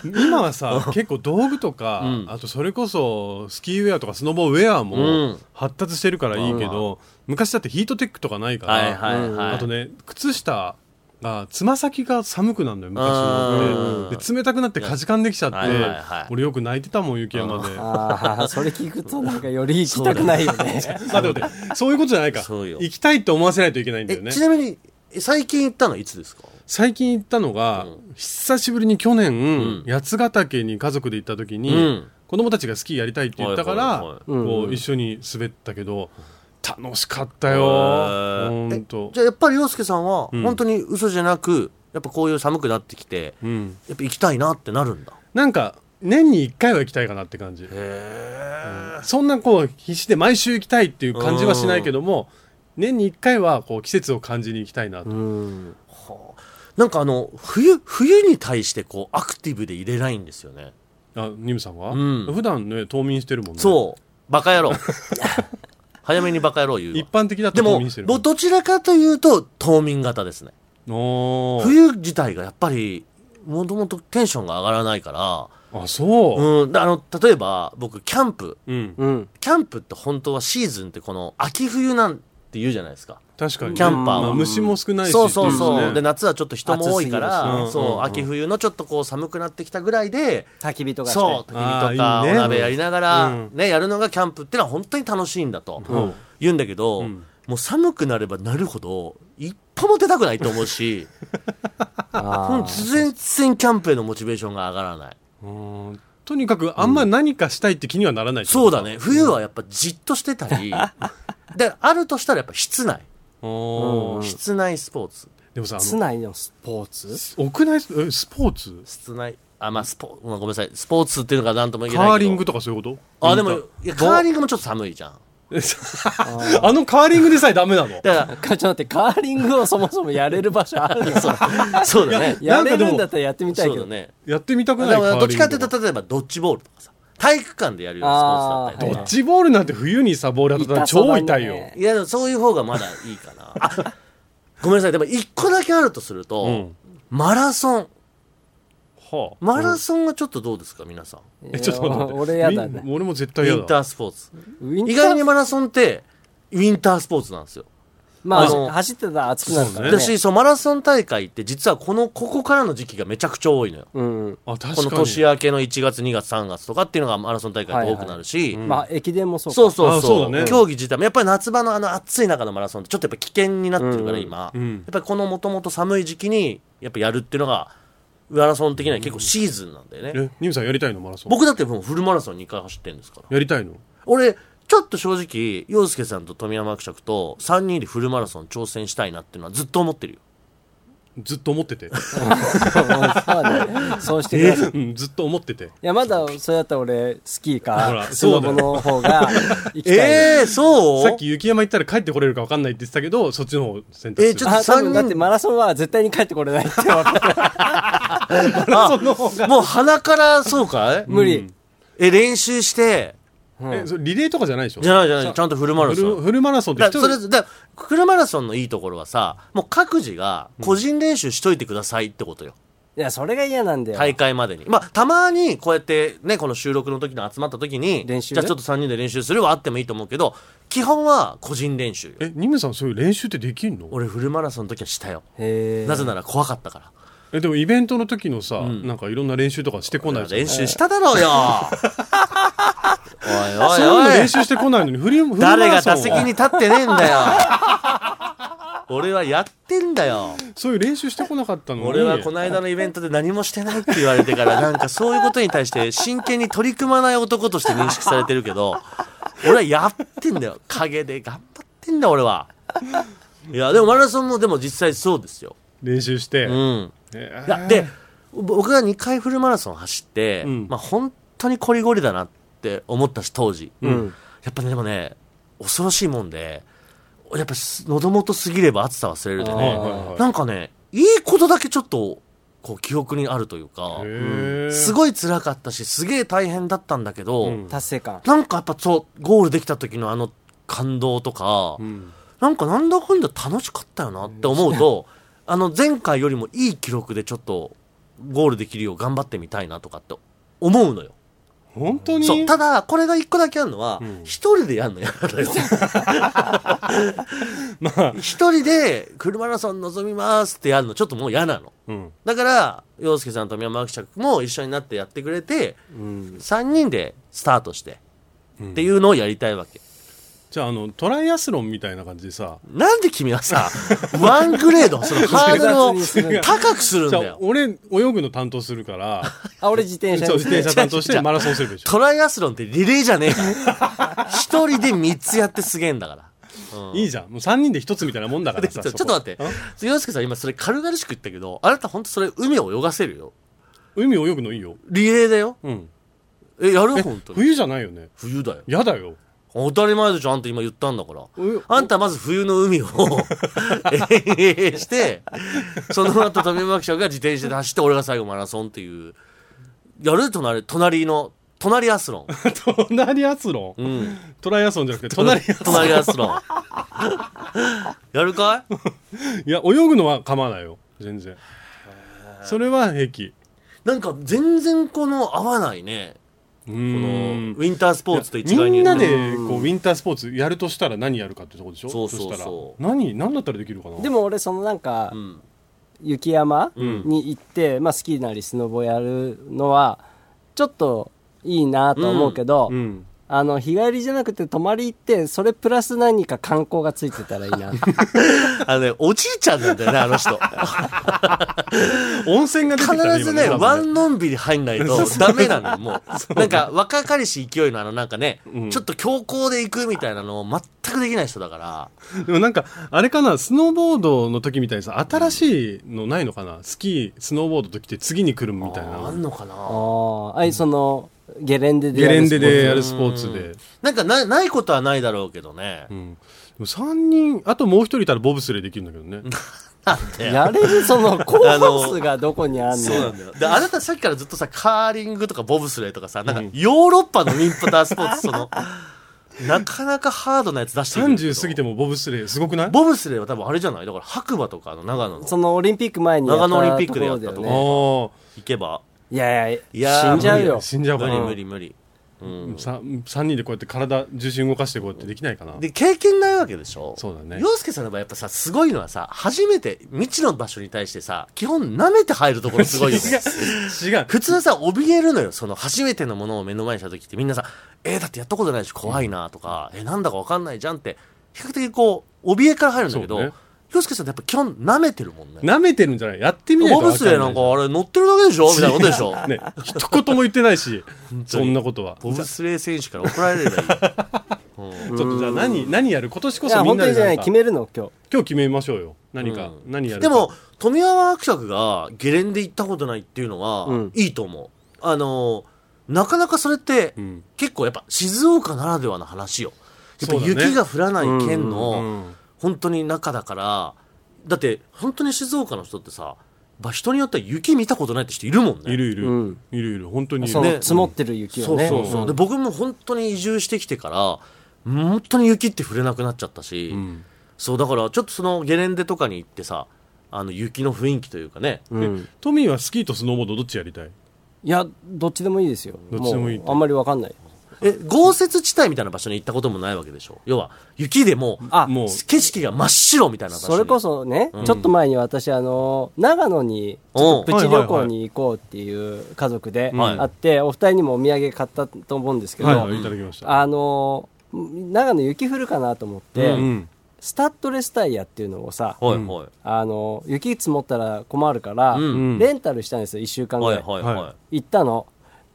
[SPEAKER 2] 今はさ結構道具とか、
[SPEAKER 3] うん
[SPEAKER 2] あとそれこそスキーウェアとかスノボウェア
[SPEAKER 3] う
[SPEAKER 2] も
[SPEAKER 3] ん
[SPEAKER 2] 発達してるからいいけど、昔だってヒートテックとかないから、
[SPEAKER 3] はいはいはい。
[SPEAKER 2] あとね靴下がつま先が寒くなるのよ昔のっ
[SPEAKER 3] う
[SPEAKER 2] てで冷たくなってかじかんできちゃって、
[SPEAKER 3] はいはいはい
[SPEAKER 2] 俺よく泣いてたもん雪山で。
[SPEAKER 4] ああそれ聞くとなんかより行きたくないよね
[SPEAKER 2] 待って待ってそういうことじゃないか
[SPEAKER 3] そうよ
[SPEAKER 2] 行きたいと思わせないといけないんだ
[SPEAKER 3] え
[SPEAKER 2] よね
[SPEAKER 3] ちなみに、え最近行ったのはいつですか
[SPEAKER 2] 最近行ったのが、久しぶりに去年、
[SPEAKER 3] ん
[SPEAKER 2] 八ヶ岳に家族で行った時に、
[SPEAKER 3] うん
[SPEAKER 2] 子供たちがスキーやりたいって言ったから、
[SPEAKER 3] はいはいはい
[SPEAKER 2] こう一緒に滑ったけど楽しかったよ
[SPEAKER 3] へー
[SPEAKER 2] 本当
[SPEAKER 3] じゃあやっぱり洋介さんは、
[SPEAKER 2] ん
[SPEAKER 3] 本当に嘘じゃなく、やっぱこういう寒くなってきて、
[SPEAKER 2] うん
[SPEAKER 3] やっぱ行きたいなってなるんだ。
[SPEAKER 2] なんか年に1回は行きたいかなって感じうんそんなこう必死で毎週行きたいっていう感じはしないけども年に1回はこう季節を感じに行きたいなと、
[SPEAKER 4] うん
[SPEAKER 3] なんかあの、冬、冬に対してこう、アクティブで入れないんですよね。
[SPEAKER 2] あニムさんは、
[SPEAKER 3] うん
[SPEAKER 2] 普段ね冬眠してるもんね
[SPEAKER 3] そう。バカ野郎。 [LAUGHS] 早めにバカ野郎言う
[SPEAKER 2] 一
[SPEAKER 3] わ。
[SPEAKER 2] 般的だと
[SPEAKER 3] で
[SPEAKER 2] 冬
[SPEAKER 3] も
[SPEAKER 2] 眠して、る
[SPEAKER 3] どどちらかというと、冬眠型ですね。
[SPEAKER 2] おー
[SPEAKER 3] 冬自体がやっぱり、もともとテンションが上がらないから、
[SPEAKER 2] あそう、
[SPEAKER 3] うん、だあの、例えば、僕、キャンプ、
[SPEAKER 2] うん
[SPEAKER 4] うん
[SPEAKER 3] キャンプって本当はシーズンってこの、秋冬なんて言うじゃないですか。
[SPEAKER 2] 確かにね
[SPEAKER 3] キャンパーは
[SPEAKER 2] まあ虫も少ないし
[SPEAKER 3] そうそう
[SPEAKER 2] ってい
[SPEAKER 3] そう。
[SPEAKER 2] ね
[SPEAKER 3] で、夏はちょっと人も多
[SPEAKER 2] 暑す
[SPEAKER 3] いか
[SPEAKER 2] ぎる
[SPEAKER 3] ら、
[SPEAKER 2] しうんうん
[SPEAKER 3] そうう、
[SPEAKER 2] ん
[SPEAKER 3] 秋冬のちょっとこう寒くなってきたぐらいで、
[SPEAKER 4] 焚き火とかして
[SPEAKER 3] そう、焚き火とか
[SPEAKER 2] あーいい
[SPEAKER 3] お
[SPEAKER 2] ね
[SPEAKER 3] 鍋やりながら、
[SPEAKER 2] うん
[SPEAKER 3] ね、やるのがキャンプってのは本当に楽しいんだと、言うんだけど、もう寒くなればなるほど、一歩も出たくないと思
[SPEAKER 2] [LAUGHS]
[SPEAKER 3] うし、
[SPEAKER 4] あ
[SPEAKER 3] ほ
[SPEAKER 4] ー
[SPEAKER 3] んと全然キャンプへのモチベーションが上がらない。
[SPEAKER 2] うんとにかくあんま何かしたいって気にはならないって
[SPEAKER 3] そ
[SPEAKER 2] こ
[SPEAKER 3] う
[SPEAKER 2] と
[SPEAKER 3] だね、冬はやっぱじっとしてた
[SPEAKER 2] [LAUGHS]
[SPEAKER 3] り、で、あるとしたらやっぱ室内。
[SPEAKER 2] おー
[SPEAKER 3] 室内スポーツ。
[SPEAKER 2] でもさあ
[SPEAKER 4] 室
[SPEAKER 2] の
[SPEAKER 4] 内のスポーツ
[SPEAKER 2] 屋内スえスポーツ
[SPEAKER 3] 室内、あ、まあスポ、ごめんなさい、スポーツっていうのがなんとも言えないけど。
[SPEAKER 2] カーリングとかそういうこと
[SPEAKER 3] あ、でも、いや、カーリングもちょっと寒いじゃん。
[SPEAKER 2] [LAUGHS] あのカーリングでさえダメなの
[SPEAKER 3] だか
[SPEAKER 4] かちょっと待って、カーリングをそもそもやれる場所あるのそれ
[SPEAKER 2] [LAUGHS]
[SPEAKER 3] ら、そうだね。
[SPEAKER 4] やれるんだったらやってみたい
[SPEAKER 3] そ
[SPEAKER 4] け
[SPEAKER 3] うだ
[SPEAKER 4] ど。
[SPEAKER 3] ね。
[SPEAKER 2] やってみたく
[SPEAKER 3] だ
[SPEAKER 2] ない
[SPEAKER 3] か
[SPEAKER 2] カーリング
[SPEAKER 3] らどっちかっていうと、例えばドッジボールとかさ、体育館でやるようなスポーツだった
[SPEAKER 4] あ
[SPEAKER 3] り
[SPEAKER 4] ー
[SPEAKER 3] と
[SPEAKER 2] ド
[SPEAKER 3] か
[SPEAKER 2] ッ。ジボールなんて冬にさボール当たったら超痛いよ、
[SPEAKER 4] 痛
[SPEAKER 3] いや、でもそういう方がまだいいか
[SPEAKER 2] [LAUGHS]
[SPEAKER 3] な。あ、ごめんなさい。でも一個だけあるとすると、
[SPEAKER 2] うん
[SPEAKER 3] マラソン。
[SPEAKER 2] はあ
[SPEAKER 3] マラソンがちょっとどうですか、皆さん。
[SPEAKER 2] えちょっと待って
[SPEAKER 4] いや俺やだ
[SPEAKER 2] み
[SPEAKER 4] ね。
[SPEAKER 2] 俺も絶
[SPEAKER 3] ウ
[SPEAKER 2] 対や
[SPEAKER 3] ィンタ
[SPEAKER 2] だ
[SPEAKER 3] ースポーツ。
[SPEAKER 4] ウィンター
[SPEAKER 3] 意外にマラソンって、ウィンタースポーツなんですよ。
[SPEAKER 4] まあ、
[SPEAKER 3] あの
[SPEAKER 4] 走ってたら暑くなるからね。
[SPEAKER 3] 私、そう、マラソン大会って実はこの、ここからの時期がめちゃくちゃ多いのよ。
[SPEAKER 4] うん。
[SPEAKER 2] あ確か
[SPEAKER 3] こ
[SPEAKER 2] に
[SPEAKER 3] の年明けの1月、2月、3月とかっていうのがマラソン大会で多くなるし、
[SPEAKER 4] まあ、駅伝もそうか。
[SPEAKER 3] そうそう
[SPEAKER 2] あ
[SPEAKER 3] そう
[SPEAKER 2] そうだね
[SPEAKER 3] 競技自体もやっぱり夏場のあの暑い中のマラソンってちょっとやっぱ危険になってるから今、
[SPEAKER 2] うん
[SPEAKER 3] やっぱりこのもともと寒い時期にやっぱやるっていうのがマラソン的には結構シーズンなんだよね、
[SPEAKER 2] えニムさんやりたいのマラソン
[SPEAKER 3] 僕だってもうフルマラソン2回走ってるんですから
[SPEAKER 2] やりたいの
[SPEAKER 3] 俺ちょっと正直洋介さんと富山伯爵と3人でフルマラソン挑戦したいなっていうのはずっと思ってるよ
[SPEAKER 2] ずっと思ってて、
[SPEAKER 4] そうねそうしてください。い
[SPEAKER 2] うん、ずっと思ってて
[SPEAKER 4] や、まだ、それだったら俺、スキー
[SPEAKER 2] ほ、
[SPEAKER 4] からスノボの方が行きたいな。
[SPEAKER 3] えー、そう
[SPEAKER 2] さっき雪山行ったら帰ってこれるか分かんないって言ってたけどそっちの方を選択する
[SPEAKER 3] えーちょっと
[SPEAKER 4] あ、多
[SPEAKER 3] 三人
[SPEAKER 4] 分だってマラソンは絶対に帰ってこれないって分かる
[SPEAKER 2] [LAUGHS] その方が
[SPEAKER 3] [LAUGHS] もう鼻からそうかい
[SPEAKER 4] 無理。
[SPEAKER 3] え、練習して、
[SPEAKER 4] うん
[SPEAKER 2] えそれリレーとかじゃないでしょ
[SPEAKER 3] じゃないじゃない、ちゃんとフルマラ
[SPEAKER 2] フ
[SPEAKER 3] ソ
[SPEAKER 2] ル
[SPEAKER 3] ン。
[SPEAKER 2] フルマラソンって
[SPEAKER 3] だ
[SPEAKER 2] 一
[SPEAKER 3] からそ
[SPEAKER 2] 人
[SPEAKER 3] れだからフルマラソンのいいところはさ、もう各自が個人練習しといてくださいってことよ。
[SPEAKER 4] いや、それが嫌なんだよ。
[SPEAKER 3] 大会までに。まあ、たまにこうやってね、この収録の時の集まった時に、
[SPEAKER 4] 練
[SPEAKER 3] じ
[SPEAKER 4] 習ね
[SPEAKER 3] ゃあちょっと3人で練習するはあってもいいと思うけど、基本は個人練習よ。
[SPEAKER 2] えニムさんそういう練習ってできんの
[SPEAKER 3] 俺フルマラソンの時はしたよ。
[SPEAKER 4] へえ。
[SPEAKER 3] なぜなら怖かったから。
[SPEAKER 2] えでもイベントの時のさ、なんかいろんな練習とかしてこないじゃん
[SPEAKER 3] 練習しただろ
[SPEAKER 2] [LAUGHS]
[SPEAKER 3] うよ
[SPEAKER 2] そういう
[SPEAKER 3] おい
[SPEAKER 2] の
[SPEAKER 3] おいおい
[SPEAKER 2] 練習してこないのにフリフルマ
[SPEAKER 3] 誰が
[SPEAKER 2] ラソン
[SPEAKER 3] 打
[SPEAKER 2] を
[SPEAKER 3] 席に立ってねえんだよ俺はやってんだよ
[SPEAKER 2] そういう練習してこなかったのに
[SPEAKER 3] 俺はこの間のイベントで何もしてないって言われてからなんかそういうことに対して真剣に取り組まない男として認識されてるけど俺はやってんだよ陰で頑張ってんだ俺はいやでもマラソンもでも実際そうですよ
[SPEAKER 2] 練習して、
[SPEAKER 3] うん
[SPEAKER 2] え
[SPEAKER 3] いやで僕が2回フルマラソン走って、
[SPEAKER 2] うん
[SPEAKER 3] まあ本当にこりごりだなって思ったし当時、
[SPEAKER 4] ん
[SPEAKER 3] やっぱねでもね恐ろしいもんでやっぱす喉元過ぎれば暑さ忘れるで
[SPEAKER 2] はい
[SPEAKER 3] ね
[SPEAKER 2] はいはい
[SPEAKER 3] なんかねいいことだけちょっとこう記憶にあるというか
[SPEAKER 2] へー
[SPEAKER 3] すごい辛かったしすげえ大変だったんだけど、
[SPEAKER 2] ん
[SPEAKER 4] 達成感。
[SPEAKER 3] なんかやっぱそうゴールできた時のあの感動とか、
[SPEAKER 2] うん
[SPEAKER 3] なんかなんだかんだ楽しかったよなって思うと、あの前回よりもいい記録でちょっとゴールできるよう頑張ってみたいなとかって思うのよ。
[SPEAKER 2] 本当に
[SPEAKER 3] そう。ただ、これが一個だけあるのは
[SPEAKER 2] ん、
[SPEAKER 3] 一、人でやるのやだよ。
[SPEAKER 2] まあ、
[SPEAKER 3] 一人で、フルマラソン望みますってやるの、ちょっともう嫌なの。
[SPEAKER 2] うん、
[SPEAKER 3] だから、洋介さんと宮本君も一緒になってやってくれて、
[SPEAKER 4] うん。
[SPEAKER 3] 3人でスタートして、っていうのをやりたいわけ。
[SPEAKER 2] じゃああのトライアスロンみたいな感じでさ
[SPEAKER 3] なんで君はさ、 [LAUGHS] ワングレード、そのハードルを高くするん
[SPEAKER 2] じゃ
[SPEAKER 3] だ
[SPEAKER 2] あ
[SPEAKER 3] よ。
[SPEAKER 2] 俺泳ぐの担当する
[SPEAKER 3] [LAUGHS]
[SPEAKER 2] から
[SPEAKER 4] あ、俺自転車
[SPEAKER 2] そう自転車担当し
[SPEAKER 3] じゃ
[SPEAKER 2] て
[SPEAKER 3] あ
[SPEAKER 2] マラソンするでしょ
[SPEAKER 3] トライアスロンってリレーじゃねえから。一人で三つやってすげえんだから。
[SPEAKER 2] いいじゃんもう3人で一つみたいなもんだから
[SPEAKER 3] ち
[SPEAKER 2] さ
[SPEAKER 3] ょちょっ
[SPEAKER 2] そこと
[SPEAKER 3] 待って。洋介さん今それ軽々しく言ったけど、あなた本当それ海を泳がせるよ。
[SPEAKER 2] 海泳ぐのいいよ、
[SPEAKER 3] リレーだよ。
[SPEAKER 2] うん、
[SPEAKER 3] え、やる本当に。
[SPEAKER 2] 冬じゃないよね
[SPEAKER 3] 冬だよ。
[SPEAKER 2] やだよ [LAUGHS]
[SPEAKER 3] 当たり前でしょ、あんた今言ったんだから。
[SPEAKER 2] う
[SPEAKER 3] あんたまず冬の海
[SPEAKER 2] [LAUGHS]
[SPEAKER 3] をええして、その後富山記者が自転車で走って、俺が最後マラソンっていう。やる隣、隣の、隣アスロン。
[SPEAKER 2] 隣アスロン、
[SPEAKER 3] うん。
[SPEAKER 2] トライアスロンじゃなくて隣アスロン
[SPEAKER 3] 隣アスロン。 [LAUGHS] やるかい
[SPEAKER 2] いや泳ぐのは構わないよ全然それは平気
[SPEAKER 3] なんか全然この合わないね。
[SPEAKER 2] う
[SPEAKER 3] このウ
[SPEAKER 2] ーん
[SPEAKER 3] ィンタースポーツと一概
[SPEAKER 2] み
[SPEAKER 3] に
[SPEAKER 2] ん
[SPEAKER 3] 言
[SPEAKER 2] な
[SPEAKER 3] うと
[SPEAKER 2] で
[SPEAKER 3] ね
[SPEAKER 2] こうウィンタースポーツやるとしたら何やるかってとこでしょ
[SPEAKER 3] そうそうそう
[SPEAKER 2] したら何何だったらできるかな
[SPEAKER 4] [LAUGHS] でも俺、そのなんか
[SPEAKER 3] う、ん。
[SPEAKER 4] 雪山
[SPEAKER 3] うん
[SPEAKER 4] に行って、まあ、スキーなりスノボやるのは、ちょっといいなと思うけど、
[SPEAKER 2] うん
[SPEAKER 4] あの、日帰りじゃなくて泊まり行って、それプラス何か観光がついてたらいい
[SPEAKER 3] [LAUGHS]
[SPEAKER 4] な。
[SPEAKER 3] あのね、おじいちゃんなんだよね、あの人。
[SPEAKER 2] 温泉が出てきた
[SPEAKER 3] 必ずね、
[SPEAKER 2] 今
[SPEAKER 3] ワンのんびり入んないとダメなのよ、もう。なんか若かりし勢いのあのなんかね、
[SPEAKER 2] うん
[SPEAKER 3] ちょっと強行で行くみたいなのを全くできない人だから。
[SPEAKER 2] [LAUGHS] でもなんかあれかなスノーボードの時みたいにさ新しいのないのかなスキースノーボードときて次に来るみたい
[SPEAKER 3] あー
[SPEAKER 2] な
[SPEAKER 3] あ
[SPEAKER 2] ん
[SPEAKER 3] のかな
[SPEAKER 4] ああ、あいその、ゲレンデで
[SPEAKER 2] ゲ
[SPEAKER 4] や
[SPEAKER 2] レ
[SPEAKER 4] る
[SPEAKER 2] ン
[SPEAKER 4] スポーツ。
[SPEAKER 2] デでやるスポーツで
[SPEAKER 3] なんかなないことはないだろうけどね
[SPEAKER 2] う。んでも3人あともう一人いたらボブスレーできるんだけどね
[SPEAKER 3] なんで
[SPEAKER 4] やれるその、コースがどこにあんの
[SPEAKER 3] そうなんだよ。で、あなたさっきからずっとさ、カーリングとかボブスレーとかさ、なんかヨーロッパのウィンパタースポーツ、その、 [LAUGHS] なかなかハードなやつ出してくるけど
[SPEAKER 2] 30過ぎてもボブスレーすごくない
[SPEAKER 3] ボブスレーは多分あれじゃないだから白馬とかあの長野の
[SPEAKER 4] そのオリンピック前にやった
[SPEAKER 3] 長野オリンピックでやったとこ
[SPEAKER 4] ころだよ
[SPEAKER 2] あ
[SPEAKER 4] ね。
[SPEAKER 3] 行けば。
[SPEAKER 4] いやい
[SPEAKER 3] い
[SPEAKER 4] や、
[SPEAKER 3] やー
[SPEAKER 4] 死んじゃうよ
[SPEAKER 2] あ。死んじゃう
[SPEAKER 3] 無
[SPEAKER 2] か
[SPEAKER 3] 理
[SPEAKER 2] な
[SPEAKER 3] 無理無理。うん。
[SPEAKER 2] さ3人でこうやって体重心動かしてこうやってできないかな
[SPEAKER 3] で、経験ないわけでしょ
[SPEAKER 2] そうだね
[SPEAKER 3] 洋介さんの場合やっぱさ、すごいのはさ、初めて未知の場所に対してさ、基本舐めて入るところすごいよね。
[SPEAKER 2] 違う
[SPEAKER 3] 普通さ、怯えるのよ。その、初めてのものを目の前にした時ってみんなさ、えー、だってやったことないし怖いなとか、えー、なんだかわかんないじゃんって、比較的こう、怯えから入るんだけど、
[SPEAKER 2] そうね
[SPEAKER 3] 洋介さんってやっぱ基本舐めてるもんね。
[SPEAKER 2] 舐めてるんじゃないやってみないと
[SPEAKER 3] ボ
[SPEAKER 2] わかん
[SPEAKER 3] ブ
[SPEAKER 2] ない
[SPEAKER 3] スレーなんかあれ乗ってるだけでしょみたいなことでしょ
[SPEAKER 2] ね一言も言ってないし
[SPEAKER 3] 当に
[SPEAKER 2] そんなことは
[SPEAKER 3] [LAUGHS] ボブスレー選手から怒られればいい。 [LAUGHS]
[SPEAKER 2] ちょっとじゃあ何何やる今年こ
[SPEAKER 4] い
[SPEAKER 2] そ
[SPEAKER 4] や、
[SPEAKER 2] みん
[SPEAKER 4] 本
[SPEAKER 2] な
[SPEAKER 4] 当
[SPEAKER 2] で
[SPEAKER 4] にじゃな
[SPEAKER 2] なん
[SPEAKER 4] い、
[SPEAKER 2] か
[SPEAKER 4] 決めるの、今日。
[SPEAKER 2] 今日決めましょうよ何か、
[SPEAKER 3] うん
[SPEAKER 2] 何やるか
[SPEAKER 3] でも、富山伯爵がゲレンデ行ったことないっていうのは、
[SPEAKER 4] うん
[SPEAKER 3] いいと思う。あのーなかなかそれって、
[SPEAKER 2] うん
[SPEAKER 3] 結構やっぱ静岡ならではの話よ。やっぱ
[SPEAKER 2] そうだね
[SPEAKER 3] 雪が降らない県の、
[SPEAKER 2] うん
[SPEAKER 3] 本当に中だから、だって本当に静岡の人ってさ、まあ、人によっては雪見たことないって人いるもんね
[SPEAKER 2] いるいる、
[SPEAKER 4] うん
[SPEAKER 2] いるいる本当にい
[SPEAKER 4] そ
[SPEAKER 2] る、
[SPEAKER 4] の
[SPEAKER 3] ね
[SPEAKER 4] 積もってる雪
[SPEAKER 3] そ
[SPEAKER 4] を
[SPEAKER 3] う
[SPEAKER 4] ね
[SPEAKER 3] そうそう、で僕も本当に移住してきてから本当に雪って触れなくなっちゃったし、
[SPEAKER 2] うん
[SPEAKER 3] そうだからちょっとそのゲレンデとかに行ってさあの雪の雰囲気というかね、
[SPEAKER 4] うんうん
[SPEAKER 2] トミーはスキーとスノーボードどっちやりたい
[SPEAKER 4] いやどっちでもいいですよ
[SPEAKER 2] どっちでもいいう
[SPEAKER 4] あんまりわかんない
[SPEAKER 3] え豪雪地帯みたいな場所に行ったこともないわけでしょ要は雪でも
[SPEAKER 4] あ
[SPEAKER 2] もう
[SPEAKER 3] 景色が真っ白みたいな場所に
[SPEAKER 4] それこそね、ちょっと前に私あの長野にちょっとプチ旅行に行こうっていう家族で
[SPEAKER 3] はい
[SPEAKER 4] あって、お二人にもお土産買ったと思うんですけど、
[SPEAKER 2] はいいただきました
[SPEAKER 4] あの長野雪降るかなと思って、
[SPEAKER 2] うん
[SPEAKER 4] スタッドレスタイヤっていうのをさ
[SPEAKER 3] はいはい、
[SPEAKER 4] あの雪積もったら困るから、
[SPEAKER 3] うん
[SPEAKER 4] レンタルしたんですよ1週間ぐ
[SPEAKER 3] は
[SPEAKER 4] ら
[SPEAKER 3] い
[SPEAKER 4] い、
[SPEAKER 3] はい
[SPEAKER 2] は
[SPEAKER 3] はいい、
[SPEAKER 4] 行ったの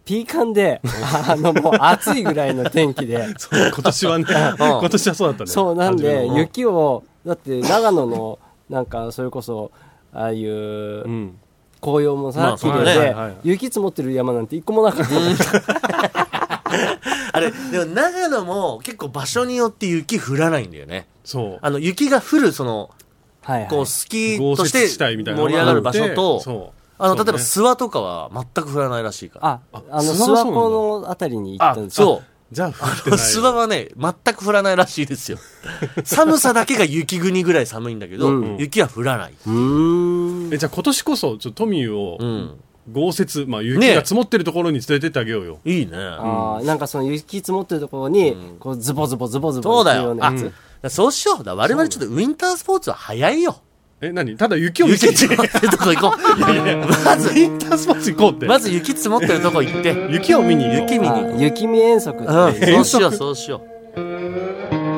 [SPEAKER 4] ピーカンであのもう暑いぐらいの天気で
[SPEAKER 2] そう今年
[SPEAKER 4] [LAUGHS]
[SPEAKER 2] はね今年はそうだったね
[SPEAKER 4] そうなんで
[SPEAKER 2] 初めの
[SPEAKER 4] 雪をだって長野のなんかそれこそああいう、
[SPEAKER 2] うん
[SPEAKER 4] 紅葉もさ、
[SPEAKER 3] まあ
[SPEAKER 4] 綺麗
[SPEAKER 3] そうだ
[SPEAKER 4] で、
[SPEAKER 3] ね
[SPEAKER 2] はいはい
[SPEAKER 4] 雪積もってる山なんて一個もなかった、
[SPEAKER 3] あれでも長野も結構場所によって雪降らないんだよね
[SPEAKER 2] そう
[SPEAKER 3] あの雪が降るその
[SPEAKER 4] はいはい
[SPEAKER 3] こうスキ
[SPEAKER 2] 豪
[SPEAKER 3] ーと
[SPEAKER 2] 雪
[SPEAKER 3] して
[SPEAKER 2] 地帯
[SPEAKER 3] 盛
[SPEAKER 2] み
[SPEAKER 3] り
[SPEAKER 2] たいなの
[SPEAKER 3] 上
[SPEAKER 2] があって
[SPEAKER 3] がる場所と
[SPEAKER 2] そう
[SPEAKER 3] あの例えば
[SPEAKER 2] そうね
[SPEAKER 3] 諏訪とかは全く降らないらしいから
[SPEAKER 4] ああの
[SPEAKER 2] 砂
[SPEAKER 4] 諏
[SPEAKER 2] 場そうなんだ
[SPEAKER 4] 訪湖のあたりに行ったんです
[SPEAKER 3] そう
[SPEAKER 2] じゃあ降ってない
[SPEAKER 4] [LAUGHS]
[SPEAKER 3] 諏訪はね、全く降らないらし
[SPEAKER 2] [LAUGHS]
[SPEAKER 3] いですよ。寒さだけが雪国ぐらい寒いんだけど、
[SPEAKER 4] うん
[SPEAKER 3] 雪は降らない。
[SPEAKER 4] ううーん
[SPEAKER 2] えじゃあ今年こそちょっとトミーを
[SPEAKER 3] うん。
[SPEAKER 2] 豪雪、まあ、雪
[SPEAKER 3] ねえ
[SPEAKER 2] が積もってるところに連れてってあげようよ、
[SPEAKER 3] いいね。
[SPEAKER 4] あーなんかその雪積もってるところに、こうズボズボズボズボ
[SPEAKER 3] そうだよ。
[SPEAKER 4] な
[SPEAKER 3] あ、
[SPEAKER 4] やつ
[SPEAKER 3] だからそうしよう。だから我々ちょっとウィンタースポーツは早いよ。
[SPEAKER 2] え何ただ雪を見せ
[SPEAKER 3] 雪
[SPEAKER 2] て
[SPEAKER 3] 積もってるとこ行こ
[SPEAKER 2] いやいやいやまず [LAUGHS] インタースポーツ行こうって、
[SPEAKER 3] う。まず雪積もってるとこ行って。
[SPEAKER 2] 雪を見に行こう
[SPEAKER 3] 雪見に
[SPEAKER 4] あ
[SPEAKER 3] 行こう。
[SPEAKER 4] 雪見遠足っていう
[SPEAKER 3] うん、そうしよう、そうしよう。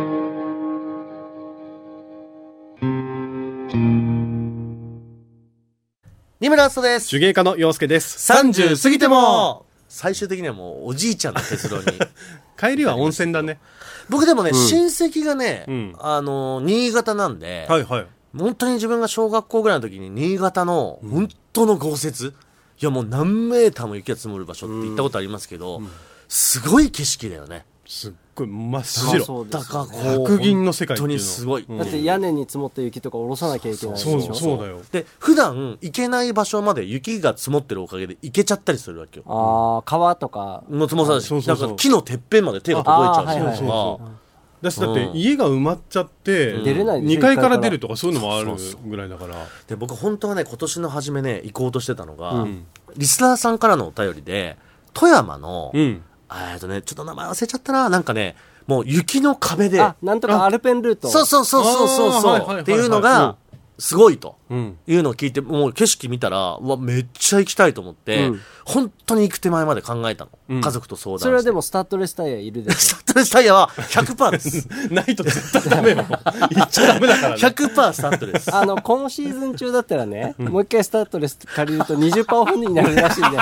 [SPEAKER 3] 二村敦です。
[SPEAKER 2] 手芸家の洋介です
[SPEAKER 3] 30過ぎても最終的にはもうおじいちゃんの結 [LAUGHS] 論に
[SPEAKER 2] 帰りは温泉だね
[SPEAKER 3] 僕でもね、親戚がね、
[SPEAKER 2] うん
[SPEAKER 3] あの新潟なんで、
[SPEAKER 2] いはい
[SPEAKER 3] 本当に自分が小学校ぐらいの時に新潟の本当の豪雪、いやもう何メーターも雪が積もる場所って行ったことありますけど、すごい景色だよね
[SPEAKER 2] すっごい真っ
[SPEAKER 4] あ
[SPEAKER 2] 白
[SPEAKER 4] そうで
[SPEAKER 3] だ
[SPEAKER 4] す
[SPEAKER 3] からこう
[SPEAKER 2] 白銀の世界っていうの
[SPEAKER 3] 本当にすごい、
[SPEAKER 2] うん
[SPEAKER 4] だって屋根に積もった雪とか下ろさなきゃいけないでし
[SPEAKER 2] そ
[SPEAKER 4] ょ
[SPEAKER 2] うそうそうだよ
[SPEAKER 3] で普段行けない場所まで雪が積もってるおかげで行けちゃったりするわけよ
[SPEAKER 4] ああ川とか
[SPEAKER 3] もう積もさないし
[SPEAKER 2] そうそうそう
[SPEAKER 3] なんか木のてっぺんまで手が届いちゃうし
[SPEAKER 4] あーはいはい
[SPEAKER 2] そう
[SPEAKER 3] まあ
[SPEAKER 2] そうだしだっ
[SPEAKER 3] う
[SPEAKER 2] て
[SPEAKER 3] ん
[SPEAKER 2] 家が埋まっちゃって、
[SPEAKER 4] 出れないでしょ
[SPEAKER 2] 2階か
[SPEAKER 4] 一
[SPEAKER 2] ら
[SPEAKER 4] 階から
[SPEAKER 2] 出るとかそういうのもある
[SPEAKER 3] そうそ
[SPEAKER 2] ぐらいだから
[SPEAKER 3] で僕本当はね今年の初めね行こうとしてたのが、
[SPEAKER 2] ん
[SPEAKER 3] リスナーさんからのお便りで富山の、
[SPEAKER 2] うん
[SPEAKER 3] えっとねちょっと名前忘れちゃったななんかねもう雪の壁で
[SPEAKER 4] あなんとかアルペンルート
[SPEAKER 3] そうそうそうそうそう
[SPEAKER 2] あーはいはいはいはい
[SPEAKER 3] そうっていうのがすごいと。
[SPEAKER 2] うん
[SPEAKER 3] いうのを聞いて、もう景色見たら、うわ、めっちゃ行きたいと思って、
[SPEAKER 4] うん
[SPEAKER 3] 本当に行く手前まで考えたの。
[SPEAKER 2] うん
[SPEAKER 3] 家族と相談して。
[SPEAKER 4] それはでもスタッドレスタイヤいるでしょ
[SPEAKER 3] [LAUGHS] スタッドレスタイヤは100%です。
[SPEAKER 2] [LAUGHS] ないと絶対ダメよ行っちゃ [LAUGHS] ダメだ [LAUGHS] からね
[SPEAKER 3] 100%スタッドレス。
[SPEAKER 4] あの今シーズン中だったらね、もう一回スタッドレス借りると20%オフになるらしいんで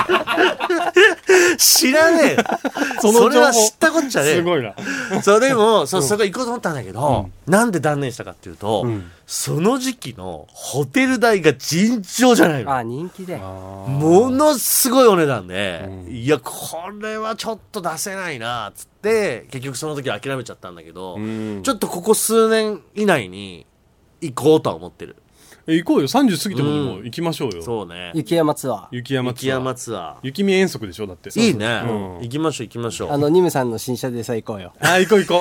[SPEAKER 3] 知らねえよ。
[SPEAKER 2] [LAUGHS] その
[SPEAKER 3] そ
[SPEAKER 2] 情報
[SPEAKER 3] れは知ったこっちゃねえよ。
[SPEAKER 2] すごいな
[SPEAKER 3] そうでもそうそこ行こうと思ったんだけど、なんで断念したかっていうと、
[SPEAKER 2] ん
[SPEAKER 3] その時期のホテル代が尋常じゃない
[SPEAKER 4] あ
[SPEAKER 3] の
[SPEAKER 4] あ人気で
[SPEAKER 3] ものすごいお値段で、
[SPEAKER 2] うん
[SPEAKER 3] いやこれはちょっと出せないなっつって結局その時は諦めちゃったんだけど、
[SPEAKER 2] うん
[SPEAKER 3] ちょっとここ数年以内に行こうとは思ってる
[SPEAKER 2] え行こうよ30過ぎてもでも行きましょうよ、
[SPEAKER 3] そうね
[SPEAKER 4] 雪山ツアー
[SPEAKER 2] 雪山
[SPEAKER 3] 雪
[SPEAKER 2] ツアー
[SPEAKER 3] 山ツア
[SPEAKER 2] 雪見遠足でしょだって
[SPEAKER 3] ーいいね、
[SPEAKER 2] うん
[SPEAKER 3] 行きましょう行きましょう
[SPEAKER 4] あ
[SPEAKER 3] あ
[SPEAKER 4] の、ニムさんの新車でさ、行こうよ。
[SPEAKER 2] あ行こう行こう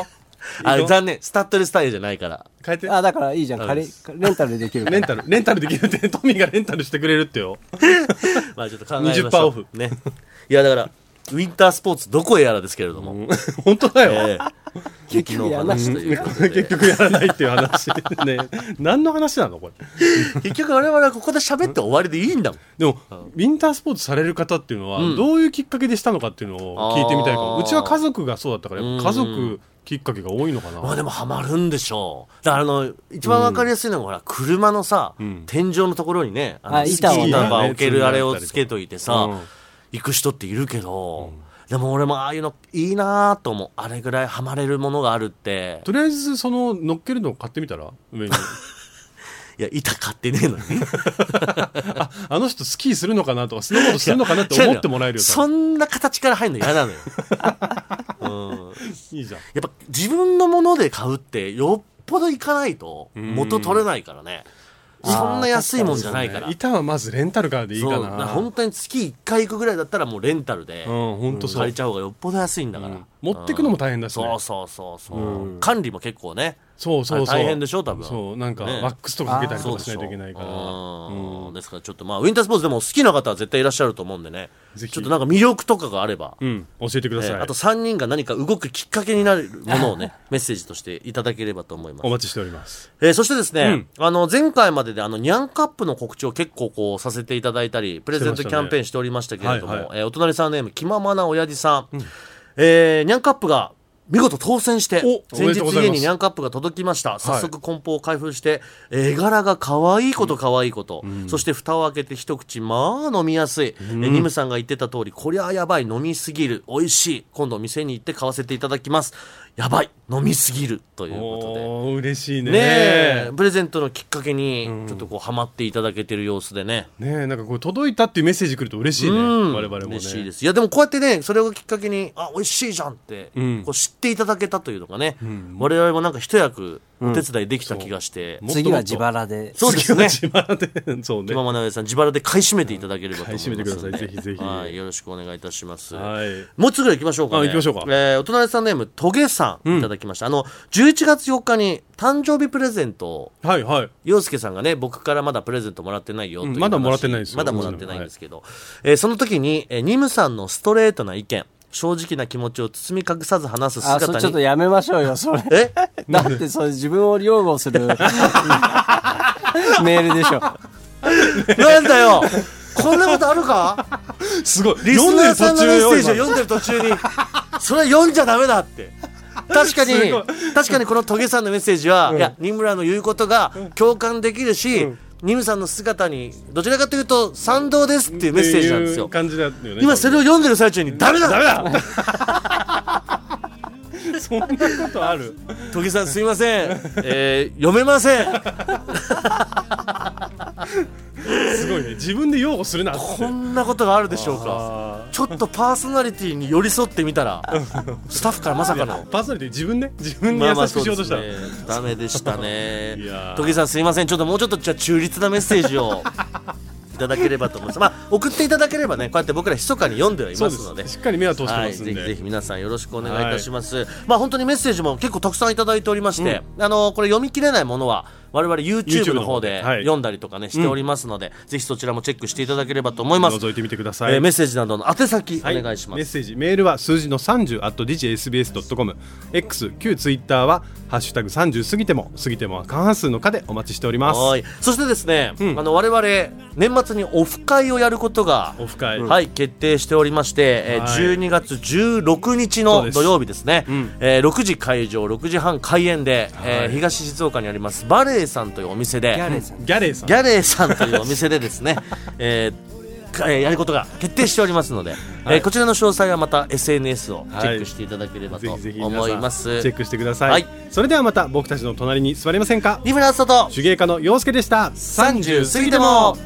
[SPEAKER 2] 行こう
[SPEAKER 3] 残念スタッドレスタイヤじゃないから
[SPEAKER 2] 変えて
[SPEAKER 4] あ、だからいいじゃん。
[SPEAKER 3] そう
[SPEAKER 4] 借
[SPEAKER 3] で
[SPEAKER 4] り、レンタルできるか
[SPEAKER 2] レン
[SPEAKER 4] ら。
[SPEAKER 2] タルレンタルできるってトミーがレンタルしてくれるってよ
[SPEAKER 3] まあちょっと考えましょう。
[SPEAKER 2] 20%オフ
[SPEAKER 3] ね。いやだから、ウィンタースポーツどこへやらですけれども。
[SPEAKER 2] [LAUGHS] 本当だよ、
[SPEAKER 3] えー
[SPEAKER 4] 結局やらない
[SPEAKER 3] 雪の話ということで
[SPEAKER 2] [LAUGHS] 結局やらないっていう話ね
[SPEAKER 3] [LAUGHS]
[SPEAKER 2] 何の話なのこれ
[SPEAKER 3] 結局我々はここで喋って終わりでいいんだもん。
[SPEAKER 2] でもウィンタースポーツされる方っていうのは、
[SPEAKER 3] うん
[SPEAKER 2] どういうきっかけでしたのかっていうのを聞いてみたいかも
[SPEAKER 3] あー
[SPEAKER 2] うちは家族がそうだったからやっぱ家
[SPEAKER 3] うんう
[SPEAKER 2] 族きっかけが多いのかな、
[SPEAKER 3] まあでもハマるんでしょう。だからあの、一番わかりやすいのがほら、車のさ
[SPEAKER 2] うん、
[SPEAKER 3] 天井のところにね、
[SPEAKER 4] あ
[SPEAKER 3] あの、
[SPEAKER 4] 板をね
[SPEAKER 3] 板が
[SPEAKER 2] ね
[SPEAKER 3] 置けるあれをつけとい
[SPEAKER 2] う
[SPEAKER 3] て
[SPEAKER 2] ん
[SPEAKER 3] さ、行く人っているけど、でも俺もああいうのいいなぁと思う。あれぐらいハマれるものがあるって。
[SPEAKER 2] とりあえずその乗っけるのを買ってみたら上に
[SPEAKER 3] [LAUGHS] いや、板買ってねえのに。
[SPEAKER 2] [LAUGHS] あの人スキーするのかなとかスノーボードするのかなって思ってもらえるよ
[SPEAKER 3] [LAUGHS] そんな形から入るの嫌なのよ。うん。
[SPEAKER 2] いいじゃん
[SPEAKER 3] [LAUGHS] やっぱ自分のもので買うってよっぽどいかないと元取れないからね。そんな安いもんじゃないか
[SPEAKER 2] ね
[SPEAKER 3] ら。
[SPEAKER 2] 板はまずレンタルからでいい
[SPEAKER 3] そう
[SPEAKER 2] か
[SPEAKER 3] だから
[SPEAKER 2] な。
[SPEAKER 3] 本当に月1回行くぐらいだったらもうレンタルで、
[SPEAKER 2] うん、本当そ
[SPEAKER 3] 借
[SPEAKER 2] う
[SPEAKER 3] り。ちゃう方がよっぽど安いんだか
[SPEAKER 2] う
[SPEAKER 3] ら、
[SPEAKER 2] ん持ってくのも大変だしね
[SPEAKER 3] そうそうそうそう、管理も結構ね
[SPEAKER 2] そうそうそう。
[SPEAKER 3] あれ大変でしょ多分
[SPEAKER 2] そう、なんか、
[SPEAKER 3] ね
[SPEAKER 2] ワックスとかかけたりと
[SPEAKER 3] そう
[SPEAKER 2] か
[SPEAKER 3] で
[SPEAKER 2] しな
[SPEAKER 3] し
[SPEAKER 2] い
[SPEAKER 3] ょ
[SPEAKER 2] といけないから。
[SPEAKER 3] うんですからちょっとまあウィンタースポーツでも好きな方は絶対いらっしゃると思うんでね
[SPEAKER 2] ぜひ
[SPEAKER 3] ちょっとなんか魅力とかがあれば、
[SPEAKER 2] うん、教えてください。
[SPEAKER 3] えーあと3人が何か動くきっかけになるものをね [LAUGHS] メッセージとしていただければと思います
[SPEAKER 2] お待ちしております。
[SPEAKER 3] えーそしてですね、あの、前回までで、あの、ニャンカップの告知を結構こう、させていただいたり、プレゼントキャンペーンしておりましたけれども、
[SPEAKER 2] はいは
[SPEAKER 3] えーお隣さんのネーム、気ままな親父さん、えーニャンカップが、見事当選して
[SPEAKER 2] お、おめで
[SPEAKER 3] 先日
[SPEAKER 2] とうございます
[SPEAKER 3] 家にニャンカップが届きました。早速梱包を開封して、絵柄が可愛いこと可愛いこと、そして蓋を開けて一口、まあ飲みやすい。えニムさんが言ってた通り、こりゃやばい、飲みすぎる、美味しい。今度店に行って買わせていただきます。やばい、飲みすぎる、ということで。
[SPEAKER 2] おー、嬉しいね。
[SPEAKER 3] ね
[SPEAKER 2] ね
[SPEAKER 3] えプレゼントのきっかけにちょっとこうハマっていただけてる様子でね,、
[SPEAKER 2] え、なんかこう、届いたっていうメッセージ来ると嬉しいね。
[SPEAKER 3] うん
[SPEAKER 2] 我々もね。
[SPEAKER 3] 嬉しいですいやでもこうやってねそれをきっかけにあ美味しいじゃんって、
[SPEAKER 2] ん
[SPEAKER 3] こう知っていただけたというのがね、我々もなんか一役お手伝いできた気がして、
[SPEAKER 2] もっともっと
[SPEAKER 4] 次は自腹で。
[SPEAKER 3] そうですね
[SPEAKER 2] 次は
[SPEAKER 3] [LAUGHS]
[SPEAKER 2] 自腹で、そうね。
[SPEAKER 3] 今まな上さん自腹で買い占めていただければと思いますので、
[SPEAKER 2] 買い占めてくださいぜひぜひ
[SPEAKER 3] はいよろしくお願いいたします
[SPEAKER 2] はい。
[SPEAKER 3] もう一つぐらい行きましょうか、ね。
[SPEAKER 2] あ行きましょうか
[SPEAKER 3] えーお隣さんネーム、トゲさん、いただきました。あの、11月4日に誕生日プレゼントを
[SPEAKER 2] はいはい。
[SPEAKER 3] 洋介さんがね、僕からまだプレゼントもらってないよという話、
[SPEAKER 2] うんまだもらってないですよ
[SPEAKER 3] まだもらってないんですけど、えーその時に、えーニムさんのストレートな意見、正直な気持ちを包み隠さず話す
[SPEAKER 4] あ、それち
[SPEAKER 3] 姿
[SPEAKER 4] ょっと
[SPEAKER 3] に、
[SPEAKER 4] やめましょうよ、それ。
[SPEAKER 3] え
[SPEAKER 4] だってそれ自分を擁護するメールでしょ。
[SPEAKER 3] なんだよこんなことある
[SPEAKER 2] [LAUGHS]
[SPEAKER 3] か
[SPEAKER 2] すごい。
[SPEAKER 3] リス
[SPEAKER 2] 読んで
[SPEAKER 3] ナー
[SPEAKER 2] る途
[SPEAKER 3] さんのメ
[SPEAKER 2] 中
[SPEAKER 3] ッセ
[SPEAKER 2] よ
[SPEAKER 3] ージを読んでる途中に、それは読んじゃダメだって。確かに
[SPEAKER 2] すごい、
[SPEAKER 3] 確かにこのトゲさんのメッセージは、いや、ニムラの言うことが共感できるし、ニムさんの姿に、どちらかというと賛同ですっていうメッセージなんです
[SPEAKER 2] ってい
[SPEAKER 3] よ
[SPEAKER 2] う。感じだったよね。
[SPEAKER 3] 今それを読んでる最中に、ダメだ
[SPEAKER 2] ダメだ [LAUGHS] そんなことある
[SPEAKER 3] トゲさんすいません、えー、読めません
[SPEAKER 2] すごいね自分で擁護するなって
[SPEAKER 3] こんなことがあるでしょうか
[SPEAKER 2] あ
[SPEAKER 3] ちょっとパーソナリティに寄り添ってみたらスタッフからまさかの
[SPEAKER 2] ーパーソナリティ自分ね自分に優しくしようとした、
[SPEAKER 3] まあまあそうですねダメでしたね
[SPEAKER 2] いやー
[SPEAKER 3] トゲさんす [LAUGHS] いませんちょっともうちょっとじゃあ中立なメッセージをいただければと思いますまあ送っていただければねこうやって僕ら密かに読んではい
[SPEAKER 2] そ
[SPEAKER 3] ま
[SPEAKER 2] うです
[SPEAKER 3] のです
[SPEAKER 2] しっかり目は通して
[SPEAKER 3] は
[SPEAKER 2] ま
[SPEAKER 3] い、
[SPEAKER 2] すんで、
[SPEAKER 3] ぜひぜひ皆さんよろしくお願いいたします、まあ本当にメッセージも結構たくさんいただいておりまして、あのこれ読み切れないものは我々 YouTube の
[SPEAKER 2] YouTube
[SPEAKER 3] 方
[SPEAKER 2] の方
[SPEAKER 3] で
[SPEAKER 2] ではい
[SPEAKER 3] 読んだりとかね、しておりますので、ぜひそちらもチェックしていただければと思います、
[SPEAKER 2] 覗いてみてください、
[SPEAKER 3] えーメッセージなどの宛先お
[SPEAKER 2] は
[SPEAKER 3] 願いしま
[SPEAKER 2] メッ
[SPEAKER 3] す、
[SPEAKER 2] セージメールは数字の30 at djsbs.com x 旧ツイッターは「ハッシュタグ #30 過ぎても過ぎてもは過半数の課」でお待ちしております
[SPEAKER 3] はいそしてですね、あの我々年末にオフ会をやることが
[SPEAKER 2] オフ会、
[SPEAKER 3] はい、決定しておりまして、えー
[SPEAKER 2] はい
[SPEAKER 3] 12月16日
[SPEAKER 2] そう
[SPEAKER 3] の
[SPEAKER 2] です
[SPEAKER 3] 土曜日ですね、えー6時会場、6時半開演で、えー東静岡にありますバレエさんというお店で、
[SPEAKER 4] ギャレーさん。
[SPEAKER 2] ギャレーさん
[SPEAKER 3] ギャレーさんというお店
[SPEAKER 2] [LAUGHS]
[SPEAKER 3] でですね、えーかえーやることが決定しておりますので、
[SPEAKER 2] はい
[SPEAKER 3] えーこちらの詳細はまた SNS をチェックしていただければ
[SPEAKER 2] ぜ
[SPEAKER 3] と
[SPEAKER 2] ひぜひ
[SPEAKER 3] 思います。
[SPEAKER 2] 皆さんチェックしてください、
[SPEAKER 3] はい
[SPEAKER 2] それではまた僕たちの隣に座りませんか
[SPEAKER 3] リフランスと
[SPEAKER 2] 手芸家の洋介でした
[SPEAKER 3] 30過ぎても